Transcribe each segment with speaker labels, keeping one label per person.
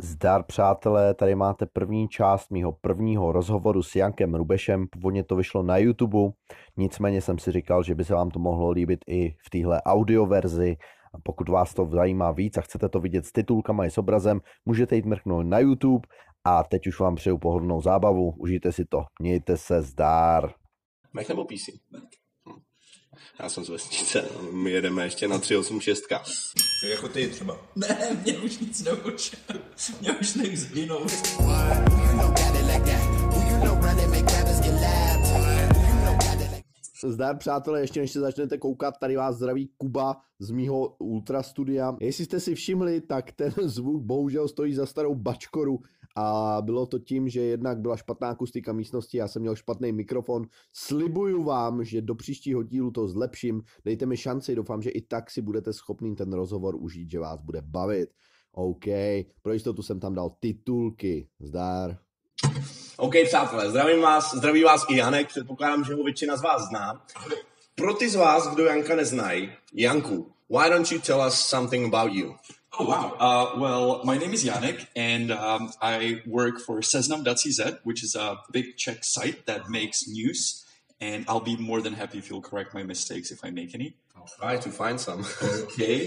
Speaker 1: Zdar přátelé, tady máte první část mýho prvního rozhovoru s Jankem Rubešem, původně to vyšlo na YouTube, nicméně jsem si říkal, že by se vám to mohlo líbit i v téhle audio verzi, a pokud vás to zajímá víc a chcete to vidět s titulkama i s obrazem, můžete jít mrknout na YouTube a teď už vám přeju pohodlnou zábavu, užijte si to, mějte se, zdár.
Speaker 2: Mac nebo PC? Hm. Já jsem z vesnice, my jedeme ještě na 386.
Speaker 3: Jako ty třeba.
Speaker 4: Ne, mě už nic neučil. Mě už nech zvinou.
Speaker 1: Zdar přátelé, ještě než se začnete koukat, tady vás zdraví Kuba z mýho Ultra studia. Jestli jste si všimli, tak ten zvuk bohužel stojí za starou bačkoru a bylo to tím, že jednak byla špatná akustika místnosti, já jsem měl špatný mikrofon. Slibuju vám, že do příštího dílu to zlepším. Dejte mi šanci, doufám, že i tak si budete schopný ten rozhovor užít, že vás bude bavit. OK, pro jistotu jsem tam dal titulky. Zdar.
Speaker 2: OK, přátelé, zdravím vás, zdraví vás i Janek, předpokládám, že ho většina z vás zná. Pro ty z vás, kdo Janka neznají, Janku, why don't you tell us something about you?
Speaker 5: Oh, wow. Uh, well, my name is Yannick, and um, I work for Seznam.cz, which is a big Czech site that makes news. And I'll be more than happy if you'll correct my mistakes if I make any.
Speaker 2: Try to find some.
Speaker 5: Okay.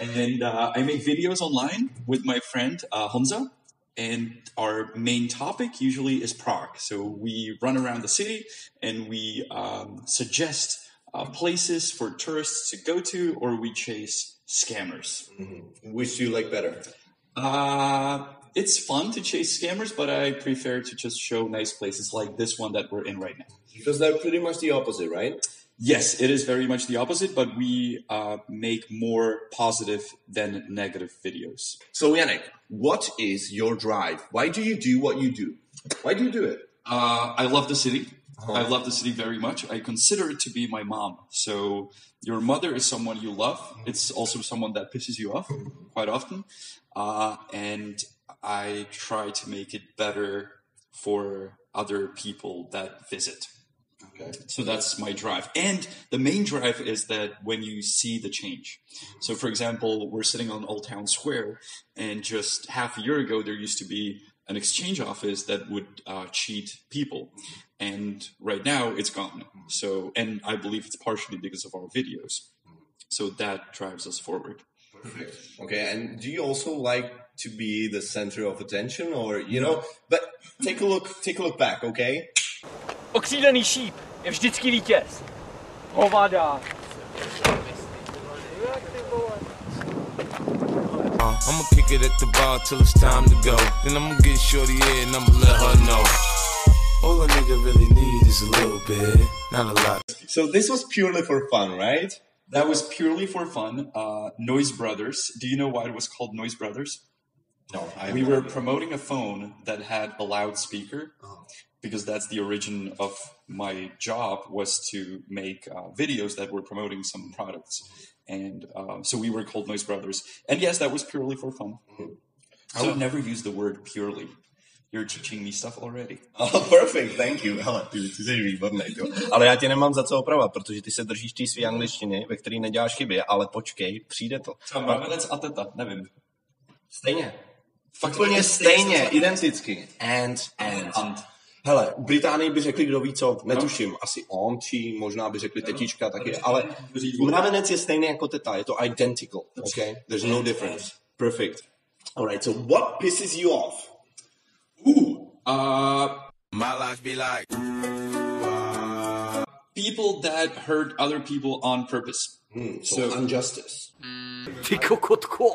Speaker 5: and uh, I make videos online with my friend uh, Hamza. And our main topic usually is Prague. So we run around the city and we um, suggest uh, places for tourists to go to, or we chase scammers.
Speaker 2: Which do you like better?
Speaker 5: Uh, it's fun to chase scammers, but I prefer to just show nice places like this one that we're in right now.
Speaker 2: Because they're pretty much the opposite, right?
Speaker 5: Yes, it is very much the opposite, but we uh, make more positive than negative videos.
Speaker 2: So, Yannick, what is your drive? Why do you do what you do? Why do you do it?
Speaker 5: Uh, I love the city.
Speaker 2: Uh-huh.
Speaker 5: I love the city very much. I consider it to be my mom. So your mother is someone you love. It's also someone that pisses you off quite often, uh, and I try to make it better for other people that visit.
Speaker 2: Okay.
Speaker 5: So that's my drive. And the main drive is that when you see the change. So, for example, we're sitting on Old Town Square, and just half a year ago, there used to be an exchange office that would uh, cheat people. And right now, it's gone. So, and I believe it's partially because of our videos. So that drives us forward.
Speaker 2: Okay, and do you also like to be the center of attention, or you know? But take a look, take a look back, okay?
Speaker 6: Okřídlený šíp je vždycky vítěz. Hovada.
Speaker 7: Uh, I'ma kick it at the bar till it's time to go. Then I'ma get shorty in and I'ma let her know. All a nigga really need is a little bit, not a lot.
Speaker 2: So this was purely for fun, right?
Speaker 5: That was purely for fun. Uh, Noise Brothers. Do you know why it was called Noise Brothers?
Speaker 2: No, I
Speaker 5: We were promoting a phone that had a loudspeaker
Speaker 2: Oh.
Speaker 5: because that's the origin of my job was to make uh, videos that were promoting some products. And uh, so we were called Noise Brothers. And yes, that was purely for fun.
Speaker 2: Mm-hmm.
Speaker 5: I
Speaker 2: Oh.
Speaker 5: would never use the word purely. You're teaching me stuff already.
Speaker 2: Oh, perfect, thank you. Hele, ty, ty jsi výborný, jo. Ale já tě nemám za co opravovat, protože ty se držíš té své angličtiny, ve které neděláš chyby, ale počkej, přijde to.
Speaker 5: Mamenec a teta, nevím.
Speaker 2: Stejně. Fakt úplně stejně, identicky. And, and.
Speaker 5: And.
Speaker 2: Hele, v Británii by řekli, kdo ví co, netuším, asi on, či možná by řekli tetička taky, ale mravenec je stejný jako teta, je to identical, okay? There's no difference. Perfect. Alright, so what pisses you off?
Speaker 5: Ooh, uh,
Speaker 7: My life be like.
Speaker 5: people that hurt other people on purpose.
Speaker 2: Mm, So, injustice.
Speaker 6: Ty kokotko.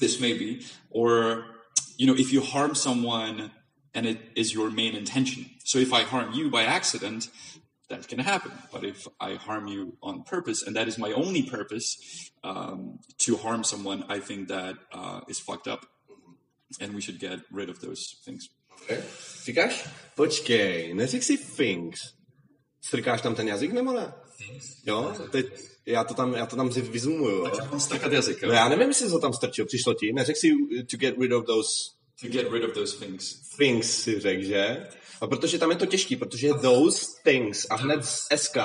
Speaker 5: this may be, or you know, if you harm someone and it is your main intention. So if I harm you by accident, that can happen. But if I harm you on purpose, and that is my only purpose, um, to harm someone, I think that uh, is fucked up, and we should get rid of those things.
Speaker 2: Okay. Říkáš? Počkej, neřekl si things. Strkáš tam ten jazyk nebo ne? Jo, teď, já to tam, já to tam zi- vyzumuju. jo. No já nevím, jestli jsi to tam strčil, přišlo ti. Neřekl si uh, to get rid of those
Speaker 5: To get rid of those things.
Speaker 2: things si řekl, že? A protože tam je to těžký, protože those things a hned z SK.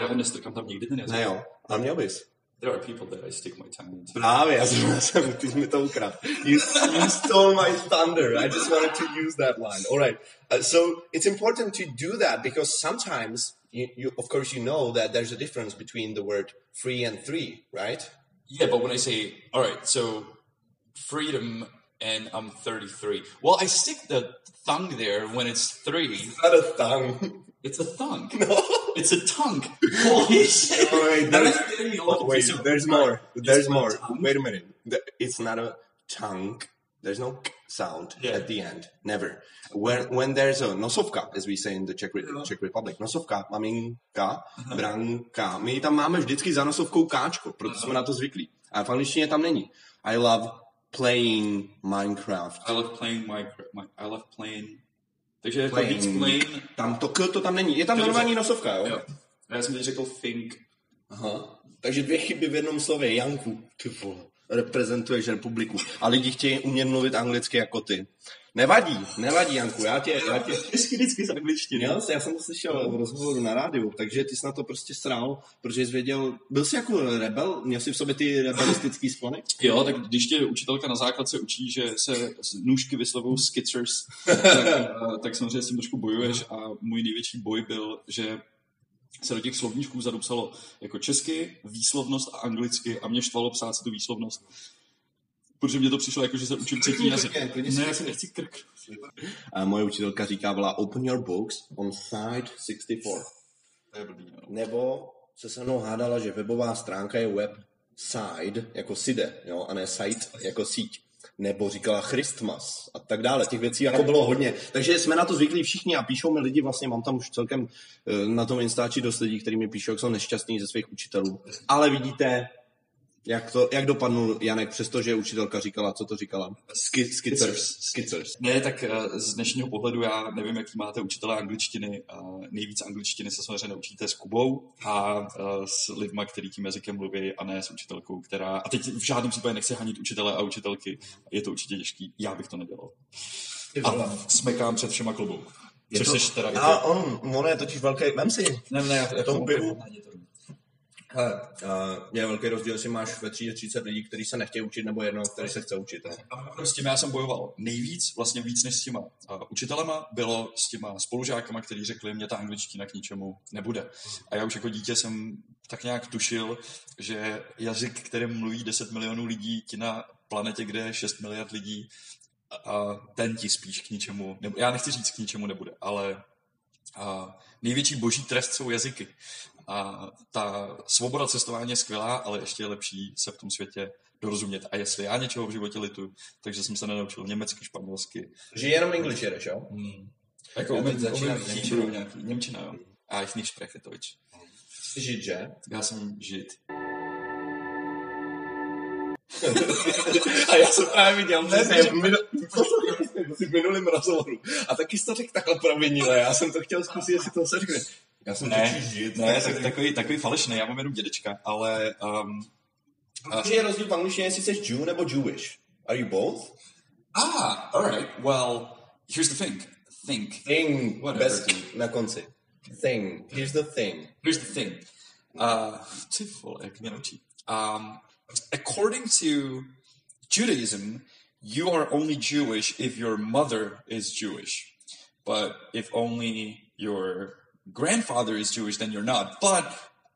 Speaker 5: Já ho nestrkám tam nikdy ten jazyk.
Speaker 2: Ne jo, a měl bys.
Speaker 5: There are people that I stick my tongue into.
Speaker 2: Právě, já jsem, já jsem ty jsi mi to ukradl. You, you stole my thunder. I just wanted to use that line. All right. Uh, so it's important to do that because sometimes, you, you, of course, you know that there's a difference between the word free and three, right?
Speaker 5: Yeah, but when I say, all right, so freedom and I'm 33. Well, I stick the thung there when it's three.
Speaker 2: Not a thumb.
Speaker 5: It's a thung. No. It's a tongue. Holy shit.
Speaker 2: All right,
Speaker 5: Now
Speaker 2: there's-
Speaker 5: that's getting me all
Speaker 2: Oh, Wait,
Speaker 5: confused.
Speaker 2: there's more.
Speaker 5: It's
Speaker 2: There's
Speaker 5: not
Speaker 2: more.
Speaker 5: tongue.
Speaker 2: Wait a minute. The- It's not a tongue. There's no k sound
Speaker 5: Yeah.
Speaker 2: at the end. Never. When when there's a nosovka, as we say in the Czech, Re- Czech Republic, nosovka, maminka,
Speaker 5: Uh-huh.
Speaker 2: branka. My ji tam máme vždycky za nosovkou káčko, proto
Speaker 5: Uh-huh.
Speaker 2: jsme na to zvyklí. A v angličtině tam není. I love playing Minecraft.
Speaker 5: I love playing my, my I love playing. Takže jako
Speaker 2: Playing.
Speaker 5: víc playing.
Speaker 2: Tam to k to tam není. Je tam
Speaker 5: To je
Speaker 2: normální
Speaker 5: dobře.
Speaker 2: nosovka, jo?
Speaker 5: Jo. Já jsem teď řekl uh, think.
Speaker 2: Aha. Takže dvě chyby v jednom slově. Janku, ty vole, reprezentuješ republiku. A lidi chtějí umět mluvit anglicky jako ty. Nevadí, nevadí, Janku, já tě, já tě,
Speaker 5: Vždycky, vždycky z angličtiny.
Speaker 2: já, já jsem to slyšel v rozhovoru na rádiu, takže ty jsi na to prostě sral, protože jsi věděl, byl jsi jako rebel, měl jsi v sobě ty rebelistický sklony?
Speaker 5: Jo, tak když tě učitelka na základce učí, že se s- nůžky vyslovují skicers, tak, eh, tak samozřejmě s tím trošku bojuješ a můj největší boj byl, že se do těch slovníčků vzadu psalo jako česky, výslovnost a anglicky a mě štvalo psát si tu výslovnost. Protože mě to přišlo jako, že se učím třetí jazyk.
Speaker 2: klidně, klidně si-
Speaker 5: Ne, já jako si nechci krknout.
Speaker 2: A moje učitelka říkávala, open your books on side 64.
Speaker 5: To je blbý, no.
Speaker 2: Nebo se se mnou hádala, že webová stránka je web side, jako side, jo, a ne site, jako síť. Nebo říkala Christmas a tak dále. Těch věcí jako bylo hodně. Takže jsme na to zvyklí všichni a píšou mi lidi, vlastně mám tam už celkem eh, na tom Instači dost lidí, kteří mi píšou, jak jsou nešťastní ze svých učitelů. Ale vidíte, jak, to, jak dopadnul Janek, přestože učitelka říkala, co to říkala? Ski- Skicers. Skicers.
Speaker 5: Ne, tak eh, z dnešního pohledu já nevím, jaký máte učitele angličtiny. Eh, Nejvíc angličtiny se samozřejmě naučíte s Kubou a eh, s lidma, který tím jazykem mluví, a ne s učitelkou, která... A teď v žádném případě nechci hanit učitele a učitelky. Je to určitě těžký, já bych to nedělal. A smekám před všema klobouk. Což
Speaker 2: to-
Speaker 5: seš teda... i
Speaker 2: A
Speaker 5: ty.
Speaker 2: on, on je totiž velký, vem si,
Speaker 5: Ne, ne, já, já
Speaker 2: tomu pivu.
Speaker 5: ne, to-
Speaker 2: Hele, uh, je velký rozdíl, jestli máš ve třídě 30 lidí, kteří se nechtějí učit, nebo jednoho, který se chce učit. Ne?
Speaker 5: A s tím já jsem bojoval nejvíc, vlastně víc než s těma a, učitelema, bylo s těma spolužákama, kteří řekli, mě ta angličtina k ničemu nebude. A já už jako dítě jsem tak nějak tušil, že jazyk, kterým mluví 10 milionů lidí, ti na planetě, kde je 6 miliard lidí, a- a ten ti spíš k ničemu, nebo já nechci říct k ničemu nebude, ale a největší boží trest jsou jazyky. A ta svoboda cestování je skvělá, ale ještě je lepší se v tom světě dorozumět. A jestli já něčeho v životě lituju, takže jsem se nenaučil německy, španělsky.
Speaker 2: Že jenom English jedeš, jo?
Speaker 5: Jako
Speaker 2: Já teď
Speaker 5: umím,
Speaker 2: začínám
Speaker 5: umím
Speaker 2: Němčinu.
Speaker 5: Hebrew nějaký, Němčina, jo. A ich nicht spreche Deutsch.
Speaker 2: Jsi žid, že?
Speaker 5: Já jsem žid.
Speaker 2: A já jsem právě viděl, že jsi v minul- to jsem- jsi v minulém rozhovoru. A taky jsi to řekl takhle provinile, já jsem to chtěl zkusit, jestli to se řekne. Já jsem totiž žid.
Speaker 5: ne, No, tak, takový, takový falešný, já mám jenom dědečka, ale um,
Speaker 2: Že je rozdíl v angličtině, jestli jsi Jew nebo Jewish. Are you both?
Speaker 5: Ah, all right. Well, here's the thing. Think.
Speaker 2: Thing.
Speaker 5: Whatever,
Speaker 2: Bez
Speaker 5: dude.
Speaker 2: na konci. Thing. Here's the thing.
Speaker 5: Here's the thing. Uh, ty vole, jak mě naučí. um, according to Judaism, you are only Jewish if your mother is Jewish. But if only your grandfather is Jewish, then you're not. But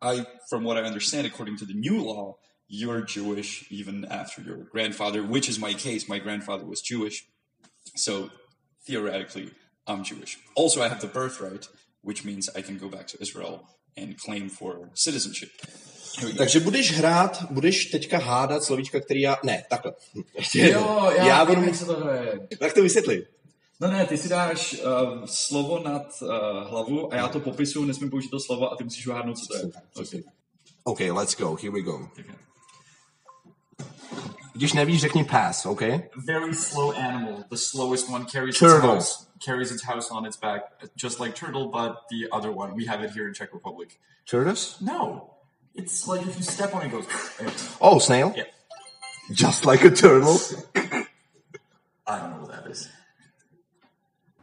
Speaker 5: I, from what I understand, according to the new law, you're Jewish even after your grandfather, which is my case. My grandfather was Jewish. So theoretically, I'm Jewish. Also, I have the birthright, which means I can go back to Israel and claim for citizenship. Here we go.
Speaker 2: Takže budeš hrát, budeš teďka hádat slovíčka, který já... Ne, takhle. Ještě jednou.
Speaker 5: Oh,
Speaker 2: budu muset-
Speaker 5: se to hraje.
Speaker 2: Tak to vysvětli.
Speaker 5: No ne, ty si dáš uh, slovo nad uh, hlavu a já to popisuju, nesmím použít to slovo a ty musíš uhádnout, co to je. Okay.
Speaker 2: Okay, let's go. Here we go. Když nevíš, řekni pass, okay?
Speaker 5: Very slow animal. The slowest one carries
Speaker 2: Turtle.
Speaker 5: its house carries its house on its back, just like turtle, but the other one. We have it here in Czech Republic.
Speaker 2: Turtles?
Speaker 5: No. It's like if you step on it, it goes.
Speaker 2: Oh, snail?
Speaker 5: Yeah.
Speaker 2: Just like a turtle.
Speaker 5: I don't know what that is.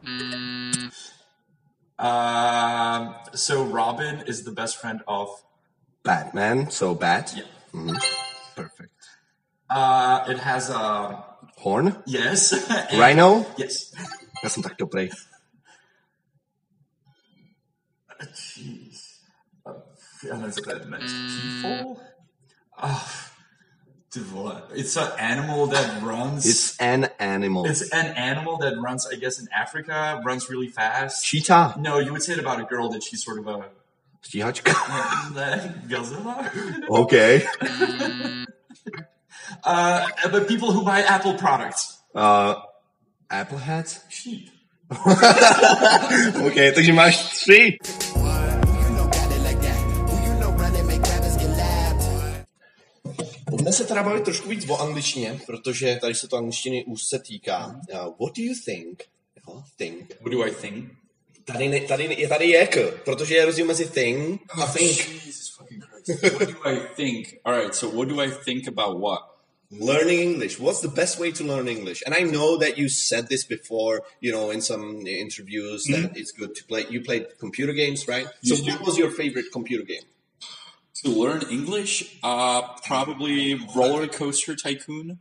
Speaker 2: Mm.
Speaker 5: Um, so Robin is the best friend of
Speaker 2: Batman, so bat.
Speaker 5: Yeah.
Speaker 2: Perfect.
Speaker 5: Uh, it has a
Speaker 2: Horn?
Speaker 5: yes. and-
Speaker 2: Rhino?
Speaker 5: Yes.
Speaker 2: Já jsem tak dobrý.
Speaker 5: Jeez. Uh, and is that meant
Speaker 2: Mm.
Speaker 5: people? Ah, dude, what? It's an animal that runs.
Speaker 2: It's an animal.
Speaker 5: It's an animal that runs, I guess, in Africa, runs really fast.
Speaker 2: Cheetah.
Speaker 5: no, you would say it about a girl that she's sort of a
Speaker 2: Stíhačka.
Speaker 5: gazella.
Speaker 2: OK.
Speaker 5: Uh, but people who buy Apple products,
Speaker 2: Uh, Applehead?
Speaker 5: sheep.
Speaker 2: OK, takže máš tři. Pojďme se teda bavit trošku víc o angličtině, protože tady se to angličtiny úzce týká. Uh, what do you think? Jo, think.
Speaker 5: What do I think?
Speaker 2: Tady, ne, tady, je tady je k, protože je rozdíl mezi thing a think.
Speaker 5: Jesus fucking Christ. what do I think? All right, so what do I think about what?
Speaker 2: Learning English. What's the best way to learn English? And I know that you said this before, you know, in some interviews that it's good to play. You played computer games, right? So
Speaker 5: Yeah.
Speaker 2: what was your favorite computer game?
Speaker 5: To learn English, uh, probably Roller Coaster Tycoon.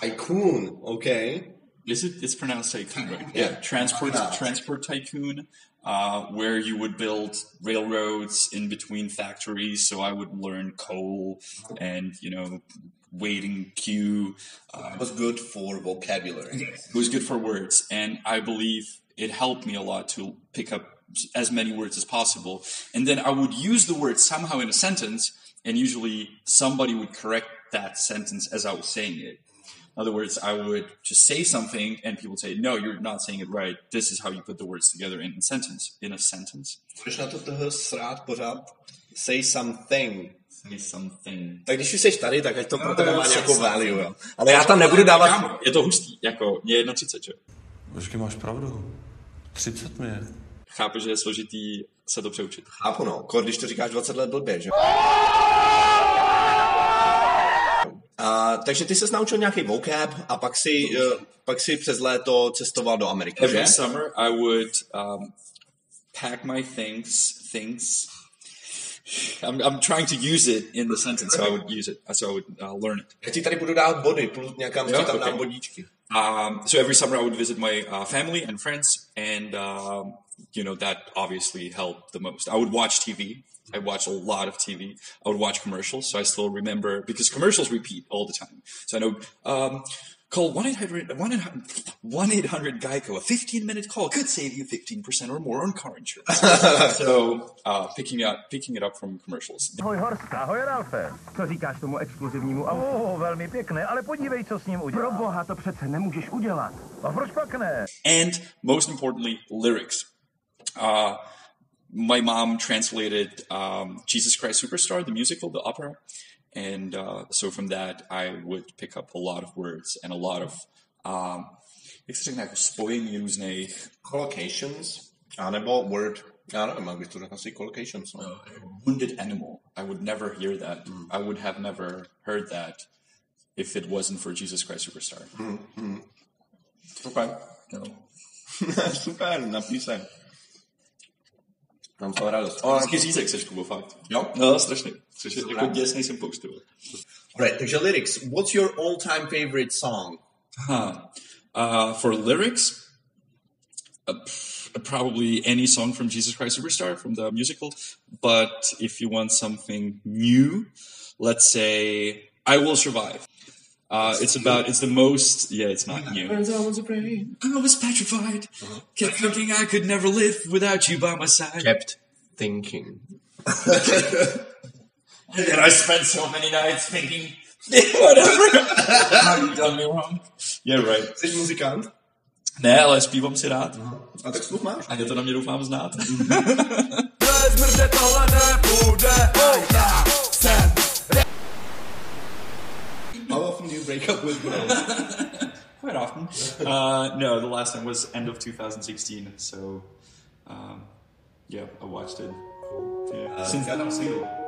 Speaker 2: Tycoon. Okay.
Speaker 5: Is it? It's pronounced tycoon, right? Transport, transport tycoon, uh, where you would build railroads in between factories. So I would learn coal and you know waiting queue. Uh,
Speaker 2: That was good for vocabulary.
Speaker 5: it was good for words, and I believe it helped me a lot to pick up as many words as possible. And then I would use the word somehow in a sentence, and usually somebody would correct that sentence as I was saying it. In other words, I would just say something, and people would say, "No, you're not saying it right. This is how you put the words together in a sentence." In a sentence,
Speaker 2: Budeš na to toho srát pořád? Say something.
Speaker 5: say something.
Speaker 2: Tak když už seš tady, tak ať to pro
Speaker 5: No,
Speaker 2: tebe
Speaker 5: no,
Speaker 2: má
Speaker 5: say
Speaker 2: nějakou
Speaker 5: something.
Speaker 2: value, jo. Ale já tam nebudu dávat...
Speaker 5: Kámo, je to hustý, jako mě je 31, že?
Speaker 3: Počkej, máš pravdu. 30 mi je.
Speaker 5: Chápu, že je složitý se to přeučit.
Speaker 2: Chápu, no. Kor, když to říkáš 20 let blbě, že? A, takže ty se naučil nějaký vocab a pak si, eh, pak si přes léto cestoval do Ameriky, že?
Speaker 5: Every summer, I would um, pack my things. Things. I'm, I'm trying to use it in the sentence, so I would use it. So I would uh, learn it.
Speaker 2: Já ti tady budu dávat body, plus nějaká mstě,
Speaker 5: Jo,
Speaker 2: tam
Speaker 5: ok.
Speaker 2: dám bodíčky.
Speaker 5: Um, so every summer, I would visit my uh, family and friends, and um, you know that obviously helped the most. I would watch TV. I watched a lot of TV. I would watch commercials, so I still remember because commercials repeat all the time. So I know. Um, Call 1 800 Geico. A 15 minute call could save you 15% or more on car insurance. so, uh, picking, up, picking it up from commercials.
Speaker 8: Ahoj Horsta, ahoj Ralfe. Co říkáš tomu exkluzivnímu autu? Oh, velmi pěkné, ale podívej, co s ním udělal. Pro boha, to přece nemůžeš udělat. A proč pak ne?
Speaker 5: and most importantly, lyrics. Uh, my mom translated um, Jesus Christ Superstar, the musical, the opera, and uh, so from that I would pick up a lot of words and a lot of um, jak se řekne, jako spojení různých
Speaker 2: Collocations, anebo word, já nevím, jak bych to řekl, asi collocations, no.
Speaker 5: wounded animal. I would never hear that. I would have never heard that if it wasn't for Jesus Christ Superstar. mm.
Speaker 2: Super.
Speaker 5: No.
Speaker 2: Super, napísem. Mám to radost.
Speaker 5: Vždycky řízek seš, Kubo, fakt.
Speaker 2: Jo?
Speaker 5: Uh, No, strašně. Což je jako děsný jsem pouštěl.
Speaker 2: Alright, takže lyrics. What's your all-time favorite song?
Speaker 5: Huh. Uh, for lyrics, uh, pff, probably any song from Jesus Christ Superstar from the musical. But if you want something new, let's say "I Will Survive." Uh, it's about it's the most yeah it's not new. I was afraid, I was petrified, kept thinking I could never live without you by my side.
Speaker 2: Kept thinking.
Speaker 5: And then I spent so many nights thinking, whatever, how you done me wrong. Yeah right.
Speaker 2: Jsi muzikant?
Speaker 5: Ne, ale zpívám si rád.
Speaker 2: A tak sluch máš?
Speaker 5: A je to na mě doufám znát.
Speaker 2: How often do you break up with girls?
Speaker 5: quite often. Uh, no, the last time was end of uh, 2016. So, um, yeah, I watched it. Yeah. Since then, I'm single.